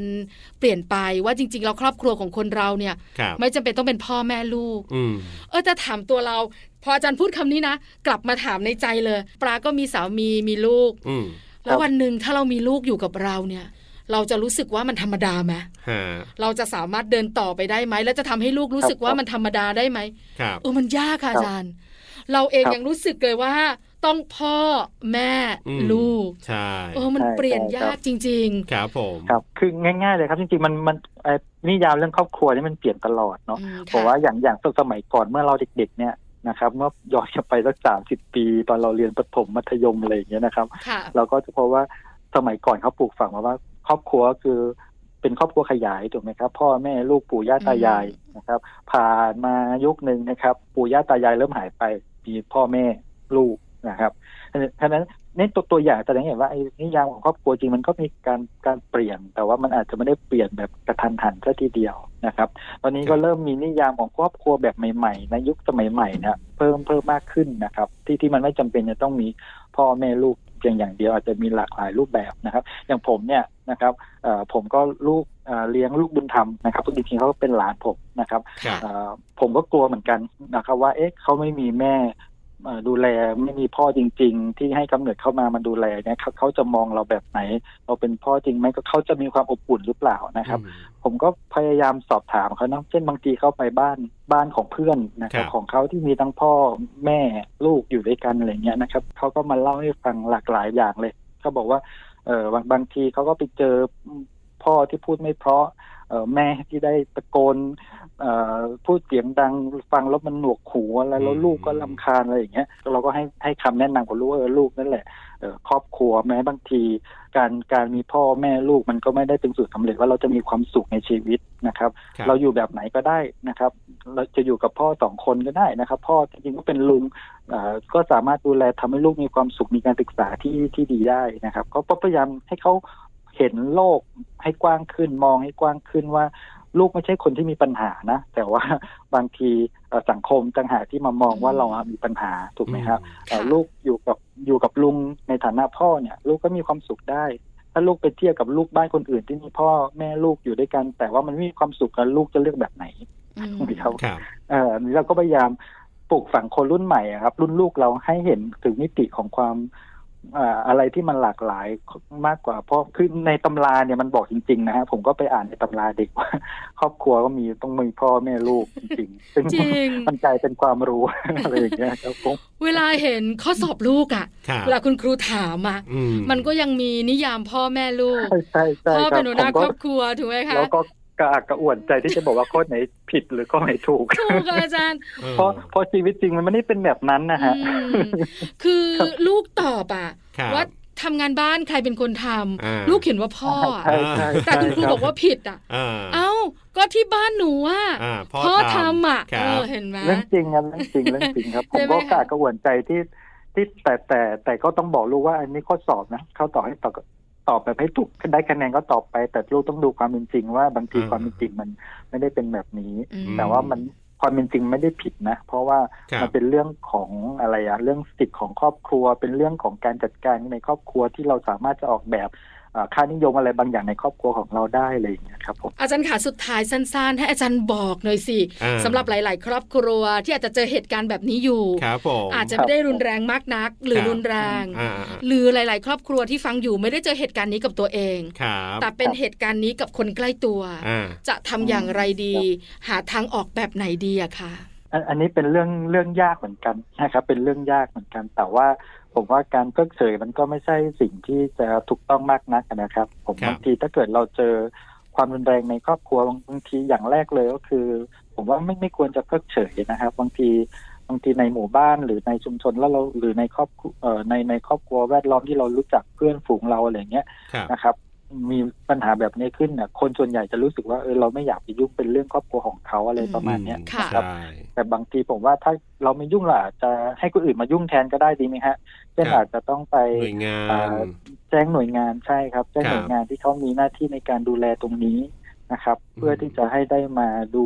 [SPEAKER 2] เปลี่ยนไปว่าจริงๆแล้วครอบครัวของคนเราเนี่ย
[SPEAKER 3] ครับ
[SPEAKER 2] ไม่จำเป็นต้องเป็นพ่อแม่ลูก
[SPEAKER 3] อืม
[SPEAKER 2] เออจะถามตัวเรา พออาจารย์พูดคำนี้นะ กลับมาถามในใจเลย ปลาก็มีสามีมีลูก
[SPEAKER 3] อืม
[SPEAKER 2] แล้ววันหนึ่งถ้าเรามีลูกอยู่กับเราเนี่ย เราจะรู้สึกว่ามันธรรมดาไหม
[SPEAKER 3] ฮะ
[SPEAKER 2] เราจะสามารถเดินต่อไปได้ไหมแล้วจะทำให้ลูกรู้สึกว่ามันธรรมดาได้ไหม
[SPEAKER 3] ครับ
[SPEAKER 2] เออมันยากค่ะอาจารย์ เราเองยังรู้สึกเลยว่า ต้องพ่อแม่
[SPEAKER 3] อืม
[SPEAKER 2] ลูก
[SPEAKER 3] ใช่
[SPEAKER 2] โอ้มัน
[SPEAKER 5] ใช่
[SPEAKER 2] เปลี่ยน
[SPEAKER 5] ใช่ครับ
[SPEAKER 2] ยากจริง
[SPEAKER 3] ครับผม
[SPEAKER 5] ครับคือง่ายๆเลยครับจริงๆมันมันเอ่อนิยามเรื่องครอบครัวนี่มันเปลี่ยนตลอด
[SPEAKER 2] ๆ
[SPEAKER 5] เนาะ
[SPEAKER 2] อืม
[SPEAKER 5] บอ
[SPEAKER 2] ค่ะ
[SPEAKER 5] กว่าอย่างอย่างสมัยก่อนเมื่อเราเด็กๆเนี่ยนะครับเมื่อย้อนกลับไปสักสามสิบปี ตอนเราเรียนประถมมัธยมอะไรอย่างเงี้ยนะครับ
[SPEAKER 2] ค่ะ
[SPEAKER 5] เราก็จะพบว่าสมัยก่อนเขาปลูกฝังมาว่า ครอบครัวคือเป็นครอบครัวขยายถูกไหมครับ พ่อแม่ลูกปู่ย่าตายายนะครับ ผ่านมายุคหนึ่งนะครับ ปู่ย่าตายายเริ่มหายไปมีพ่อแม่ลูกนะครับฉะนั้นนี่ตัวตัวอย่างแสดงให้เห็นว่าไอ้นิยามของครอบครัวจริงมันก็มีการการเปลี่ยน แต่ว่ามันอาจจะไม่ได้เปลี่ยนแบบกระทันหันซะทีเดียวนะครับ ตอนนี้ก็เริ่มมีนิยามของครอบครัวแบบใหม่ๆในยุคสมัยใหม่นะเพิ่มเพิ่มมากขึ้นนะครับ ที่ที่มันไม่จำเป็นจะต้องมี พ่อแม่ลูกเพียงอย่างเดียวอาจจะมีหลากหลายรูปแบบนะครับ อย่างผมเนี่ยนะครับเอ่อผมก็ลูกเอ่อเลี้ยงลูกบุญธรรมนะครับจริงๆเขาก็เป็นหลานผมนะครับ
[SPEAKER 3] ครับ
[SPEAKER 5] เอ่อผมก็กลัวเหมือนกันนะครับ ว่าเอ๊ะเขาไม่มีแม่เอ่อดูแลไม่มีพ่อจริง ๆ ที่ให้กำเนิดเข้ามามันดูแลเนี่ยเขาเขาจะมองเราแบบไหน เราเป็นพ่อจริงไหมก็เขาจะมีความอบอุ่นหรือเปล่านะครับ ผมก็พยายามสอบถามเขานะเช่นบางทีเขาไปบ้านบ้านของเพื่อนนะครับ
[SPEAKER 3] ครับ
[SPEAKER 5] ของเขาที่มีทั้งพ่อแม่ลูกอยู่ด้วยกันอะไรเงี้ยนะครับเขาก็มาเล่าให้ฟังหลากหลายอย่างเลยเขาบอกว่าเออบางบางทีเขาก็ไปเจอพ่อที่พูดไม่เพราะเออแม่ที่ได้ตะโกนเอ่อพูดเสียงดังฟังแล้วมันหนวกหูอะไรแล้วลูกก็ลำคาญอะไรอย่างเงี้ยเราก็ให้ให้คำแนะนำกับลูกว่าเออลูกนั่นแหละ เอ่อครอบครัวแม้บางที การการมีพ่อแม่ลูกมันก็ไม่ได้เป็นสูตรสำเร็จว่าเราจะมีความสุขในชีวิตนะครับ
[SPEAKER 3] ครับ
[SPEAKER 5] เราอยู่แบบไหนก็ได้นะครับ เราจะอยู่กับพ่อสองคนก็ได้นะครับ พ่อจริงๆก็เป็นลุงเอ่อก็สามารถดูแลทำให้ลูกมีความสุขมีการศึกษาที่ที่ดีได้นะครับ ก็พยายามให้เขาเห็นโลกให้กว้างขึ้นมองให้กว้างขึ้นว่า ลูกไม่ใช่คนที่มีปัญหานะ แต่ว่าบางทีเอ่อสังคมต่างหากที่มามองว่าเราอะมีปัญหาถูกไหมครับ เอ่อ
[SPEAKER 2] ค่ะ
[SPEAKER 5] ลูกอยู่กับอยู่กับลุงในฐานะพ่อเนี่ย ลูกก็มีความสุขได้ ถ้าลูกไปเทียบกับลูกบ้านคนอื่นที่มีพ่อแม่ลูกอยู่ด้วยกัน แต่ว่ามันไม่มีความสุขกันลูกจะเลือกแบบไหน
[SPEAKER 2] อืม
[SPEAKER 5] ถูกไหมครับ
[SPEAKER 3] ครับ
[SPEAKER 5] เอ่ออันนี้ เราก็พยายามปลูกฝังคนรุ่นใหม่อะครับ รุ่นลูกเราให้เห็นถึงมิติของความเอ่ออะไรที่มันหลากหลายมากกว่าเพราะคือในตำราเนี่ยมันบอกจริงๆนะฮะผมก็ไปอ่านในตำราเด็กว่า ครอบครัวก็มีต้องมีพ่อแม่ลูกจริงๆซึ่ง
[SPEAKER 2] จริง
[SPEAKER 5] มันกลายเป็นความรู้ อะไรอย่างเงี้ยครับผม
[SPEAKER 2] เวลาเห็นข้อสอบลูกอ่ะ
[SPEAKER 3] ครับ
[SPEAKER 2] เวลาคุณครูถามอ่ะ
[SPEAKER 3] อื
[SPEAKER 2] มันก็ยังมีนิยามพ่อแม่ลูก
[SPEAKER 5] ใช่ใช่ใช่
[SPEAKER 2] พ่อ
[SPEAKER 5] ค
[SPEAKER 2] เป็
[SPEAKER 5] รั
[SPEAKER 2] นหัวหน้า
[SPEAKER 5] ผมก็
[SPEAKER 2] ครอบครัวถูกไหมคะ
[SPEAKER 5] แล้วก็กระอักกระอ่วนใจที่จะบอกว่าข้อไหนผิดหรือข้อไหนถูก
[SPEAKER 2] ถูกค่ะอาจารย์
[SPEAKER 3] เออ
[SPEAKER 5] เพราะเพราะชีวิตจริงมันไม่ได้เป็นแบบนั้นนะฮะ
[SPEAKER 2] อืมคือลูกตอบอ่ะ
[SPEAKER 3] ครับ
[SPEAKER 2] ว่าทำงานบ้านใครเป็นคนทำ
[SPEAKER 3] อ่า
[SPEAKER 2] ลูกเห็นว่าพ่ออะ
[SPEAKER 5] ใช่ใช่ใช่
[SPEAKER 2] แต่คุณครูบอกว่าผิดอ่ะ
[SPEAKER 3] อ่า
[SPEAKER 2] เอ้าก็ที่บ้านหนูอ่ะ
[SPEAKER 3] า
[SPEAKER 2] พ่อทำอ่ะ
[SPEAKER 3] ค
[SPEAKER 2] เอ
[SPEAKER 3] รับ
[SPEAKER 2] อเห็นไหม
[SPEAKER 5] เรื่องจริงครับเรื่องจริงเรื่องจริงครับ ผ
[SPEAKER 2] ใช่
[SPEAKER 5] ม
[SPEAKER 2] ไหม
[SPEAKER 5] ก็
[SPEAKER 2] คะ
[SPEAKER 5] กระอักกระอ่วนใจที่ที่แต่แต่แต่ก็ต้องบอกลูกว่าอันนี้ข้อสอบนะเขาต่อให้ตอบตอบแบบให้ถูกได้คะแนนก็ตอบไป แต่ลูกต้องดูความเป็นจริงว่าบางทีความเป็นจริงมันไม่ได้เป็นแบบนี้
[SPEAKER 2] อืม
[SPEAKER 5] แต่ว่ามันความเป็นจริงไม่ได้ผิดนะ เพราะว่า
[SPEAKER 3] ครั
[SPEAKER 5] มั
[SPEAKER 3] บ
[SPEAKER 5] นเป็นเรื่องของอะไรอะเรื่องสิทธิ์ของครอบครัว เป็นเรื่องของการจัดการในครอบครัวที่เราสามารถจะออกแบบเอ่อค่านิยมอะไรบางอย่างในครอบครัวของเราได้อะไรอย่างเงี้ยครับผม
[SPEAKER 2] อาจารย์ขาสุดท้ายสั้นๆ ให้อาจารย์บอกหน่อยสิ
[SPEAKER 3] อ่า
[SPEAKER 2] สำหรับหลาย ๆ ครอบครัวที่อาจจะเจอเหตุการณ์แบบนี้อยู่
[SPEAKER 3] ครับผม
[SPEAKER 2] อาจจะไม่ได้รุนแรงมากนัก หรือ
[SPEAKER 3] ครับ
[SPEAKER 2] รุนแรง
[SPEAKER 3] อ่าอ่าอ่า
[SPEAKER 2] หรือหลาย ๆ ครอบครัวที่ฟังอยู่ไม่ได้เจอเหตุการณ์นี้กับตัวเอง
[SPEAKER 3] ครับ
[SPEAKER 2] แต่เป็นเหตุการณ์นี้กับคนใกล้ตัว
[SPEAKER 3] อ่า
[SPEAKER 2] จะทำอย่างไรดี หาทางออกแบบไหนดีอะค่ะ
[SPEAKER 5] อันอันนี้เป็นเรื่องเรื่องยากเหมือนกันนะครับ เป็นเรื่องยากเหมือนกัน แต่ว่าผมว่าการเพิกเฉยมันก็ไม่ใช่สิ่งที่จะถูกต้องมากนักนะครับ ผม
[SPEAKER 3] ครับ
[SPEAKER 5] บางทีถ้าเกิดเราเจอความรุนแรงในครอบครัวบางบางทีอย่างแรกเลยก็คือ ผมว่าไม่ไม่ควรจะเพิกเฉยนะครับ บางทีบางทีในหมู่บ้านหรือในชุมชนแล้วเราหรือในครอบครัวเอ่อในในครอบครัวแวดล้อมที่เรารู้จักเพื่อนฝูงเราอะไรอย่างเงี้ย
[SPEAKER 3] ครับ
[SPEAKER 5] นะครับมีปัญหาแบบนี้ขึ้นน่ะคนส่วนใหญ่จะรู้สึกว่าเออเราไม่อยากไปยุ่งเป็นเรื่องครอบครัวของเขาอะไรประมาณเนี้ย
[SPEAKER 3] อื
[SPEAKER 2] ค่ะ
[SPEAKER 5] นะครับ
[SPEAKER 3] ใช่
[SPEAKER 5] แต่บางทีผมว่าถ้าเราไม่ยุ่งล่ะอาจจะให้คนอื่นมายุ่งแทนก็ได้ดีไหมฮะเช่น
[SPEAKER 3] ครับ
[SPEAKER 5] อาจจะต้องไป
[SPEAKER 3] หน่วยงาน
[SPEAKER 5] อ่า แจ้งหน่วยงานใช่ครับ แจ้ง
[SPEAKER 3] ครับ
[SPEAKER 5] หน่วยงานที่เขามีหน้าที่ในการดูแลตรงนี้นะครับ
[SPEAKER 3] อืม
[SPEAKER 5] เพื่อที่จะให้ได้มาดู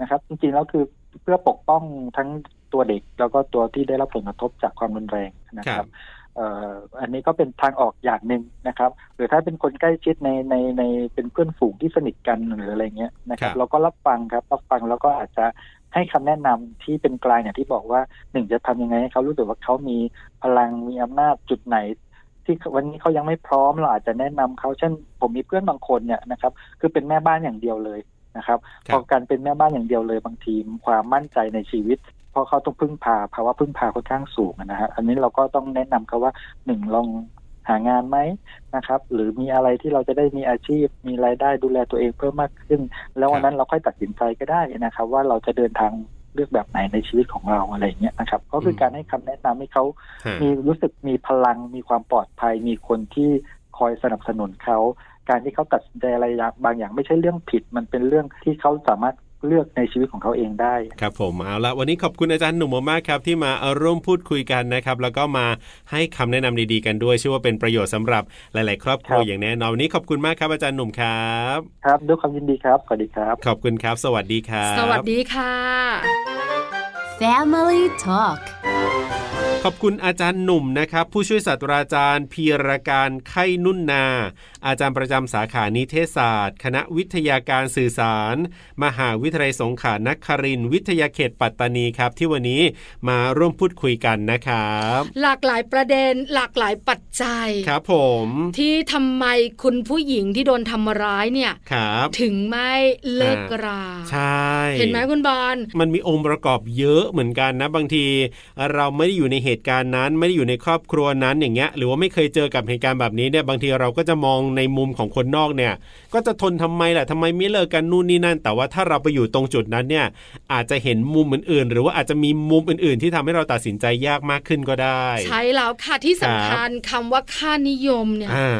[SPEAKER 5] นะครับ จริงๆแล้วคือเพื่อปกป้องทั้งตัวเด็ก แล้วก็ตัวที่ได้รับผลกระทบจากความรุนแรงนะ
[SPEAKER 3] ค
[SPEAKER 5] ค
[SPEAKER 3] รั
[SPEAKER 5] รับ บ เอ่ออันนี้ก็เป็นทางออกอย่างหนึ่งนะครับ หรือถ้าเป็นคนใกล้ชิดในในในเป็นเพื่อนฝูงที่สนิทกันหรืออะไรเงี้ยนะค
[SPEAKER 3] ค
[SPEAKER 5] รั
[SPEAKER 3] รับ บ
[SPEAKER 5] เราก็รับฟังครับรับฟังแล้วก็อาจจะให้คำแนะนำที่เป็นกลางอย่างที่บอกว่าหนึ่งจะทำยังไงให้เขารู้สึกว่าเขามีพลังมีอำนาจจุดไหน ที่วันนี้เขายังไม่พร้อมเราอาจจะแนะนำเขาเช่น ผมมีเพื่อนบางคนเนี่ยนะครับ คือเป็นแม่บ้านอย่างเดียวเลยนะครับ
[SPEAKER 3] ครับ
[SPEAKER 5] พอการเป็นแม่บ้านอย่างเดียวเลยบางทีความมั่นใจในชีวิต เพราะเขาต้องพึ่งพาภาวะพึ่งพาค่อนข้างสูงอะนะฮะอันนี้เราก็ต้องแนะนำเขาว่าหนึ่งลองหางานไหมนะครับ หรือมีอะไรที่เราจะได้มีอาชีพ มีรายได้ดูแลตัวเองเพิ่มมากขึ้น แล้ววันนั้นเราค่อยตัดสินใจก็ได้นะครับ ว่าเราจะเดินทางเลือกแบบไหนในชีวิตของเราอะไรอย่างเงี้ยนะครับ ก็คือการให้คำแนะนำให้เขา
[SPEAKER 3] ฮะ
[SPEAKER 5] มีรู้สึกมีพลังมีความปลอดภัย มีคนที่คอยสนับสนุนเขา การที่เขาตัดสินใจอะไรอย่างบางอย่างไม่ใช่เรื่องผิด มันเป็นเรื่องที่เขาสามารถเลือกในชีวิตของเขาเองได้
[SPEAKER 3] ครับผมเอาละวันนี้ขอบคุณอาจารย์หนุ่มมากๆครับที่มาร่วมพูดคุยกันนะครับ แล้วก็มาให้คำแนะนำดีๆกันด้วยเชื่อว่าเป็นประโยชน์สำหรับหลาย ๆ ครอบครัว
[SPEAKER 5] ครับ
[SPEAKER 3] อย่างแน่นอนวันนี้ขอบคุณมากครับอาจารย์หนุ่มครับ
[SPEAKER 5] ครับ ด้วยความยินดีครับ สวัสดีครับ
[SPEAKER 3] ขอบคุณครับ สวัสดีครับ
[SPEAKER 2] สวัสดีค่ะ
[SPEAKER 1] Family Talk
[SPEAKER 3] ขอบคุณอาจารย์หนุ่มนะครับ ผู้ช่วยศาสตราจารย์ พีรการไข้นุ่นนา อาจารย์ประจำสาขานิเทศศาสตร์ คณะวิทยาการสื่อสาร มหาวิทยาลัยสงขลานครินทร์วิทยาเขตปัตตานีครับ ที่วันนี้มาร่วมพูดคุยกันนะครับ
[SPEAKER 2] หลากหลายประเด็นหลากหลายปัจจัย
[SPEAKER 3] ครับผม
[SPEAKER 2] ที่ทำไมคุณผู้หญิงที่โดนทำร้ายเนี่ย
[SPEAKER 3] ครับ
[SPEAKER 2] ถึงไม่เลิกรา
[SPEAKER 3] ใช่
[SPEAKER 2] เห็นไหมคุณบอล
[SPEAKER 3] มันมีองค์ประกอบเยอะเหมือนกันนะ บางที เราไม่ได้อยู่ในเหตุการณ์นั้น ไม่ได้อยู่ในครอบครัวนั้นอย่างเงี้ย หรือว่าไม่เคยเจอกับเหตุการณ์แบบนี้เนี่ยบางทีเราก็จะมองในมุมของคนนอกเนี่ย ก็จะทนทำไมล่ะทำไมไม่เลิกกันนู่นนี่นั่น แต่ว่าถ้าเราไปอยู่ตรงจุดนั้นเนี่ย อาจจะเห็นมุมอื่นๆ หรือว่าอาจจะมีมุมอื่นๆ ที่ทำให้เราตัดสินใจยากมากขึ้นก็ได้
[SPEAKER 2] ใช่แล้วค่ะที่สำคัญคำว่าค่านิยมเนี่ย
[SPEAKER 3] อ่า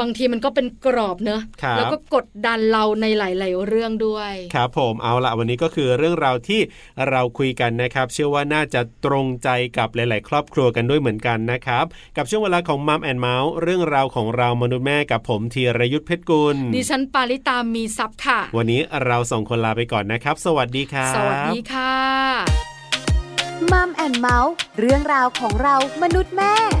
[SPEAKER 2] บางทีมันก็เป็นกรอบเนอะ
[SPEAKER 3] ครับ
[SPEAKER 2] แล้วก็กดดันเราในหลาย ๆ เรื่องด้วย
[SPEAKER 3] ครับผมเอาละวันนี้ก็คือเรื่องราวที่เราคุยกันนะครับ เชื่อว่าน่าจะตรงใจกับหลาย ๆ ครอบครัวกันด้วยเหมือนกันนะครับ กับช่วงเวลาของมัมแอนเมาส์เรื่องราวของเรามนุษย์แม่กับผมธีรยุทธเพชรกุล
[SPEAKER 2] ดิฉันปาริตามีซับค่ะ
[SPEAKER 3] วันนี้เราส่งคนลาไปก่อนนะครับ สวัสดีครับ
[SPEAKER 2] สวัสดีค่ะ
[SPEAKER 1] มัมแอนเมาส์เรื่องราวของเรามนุษย์แม่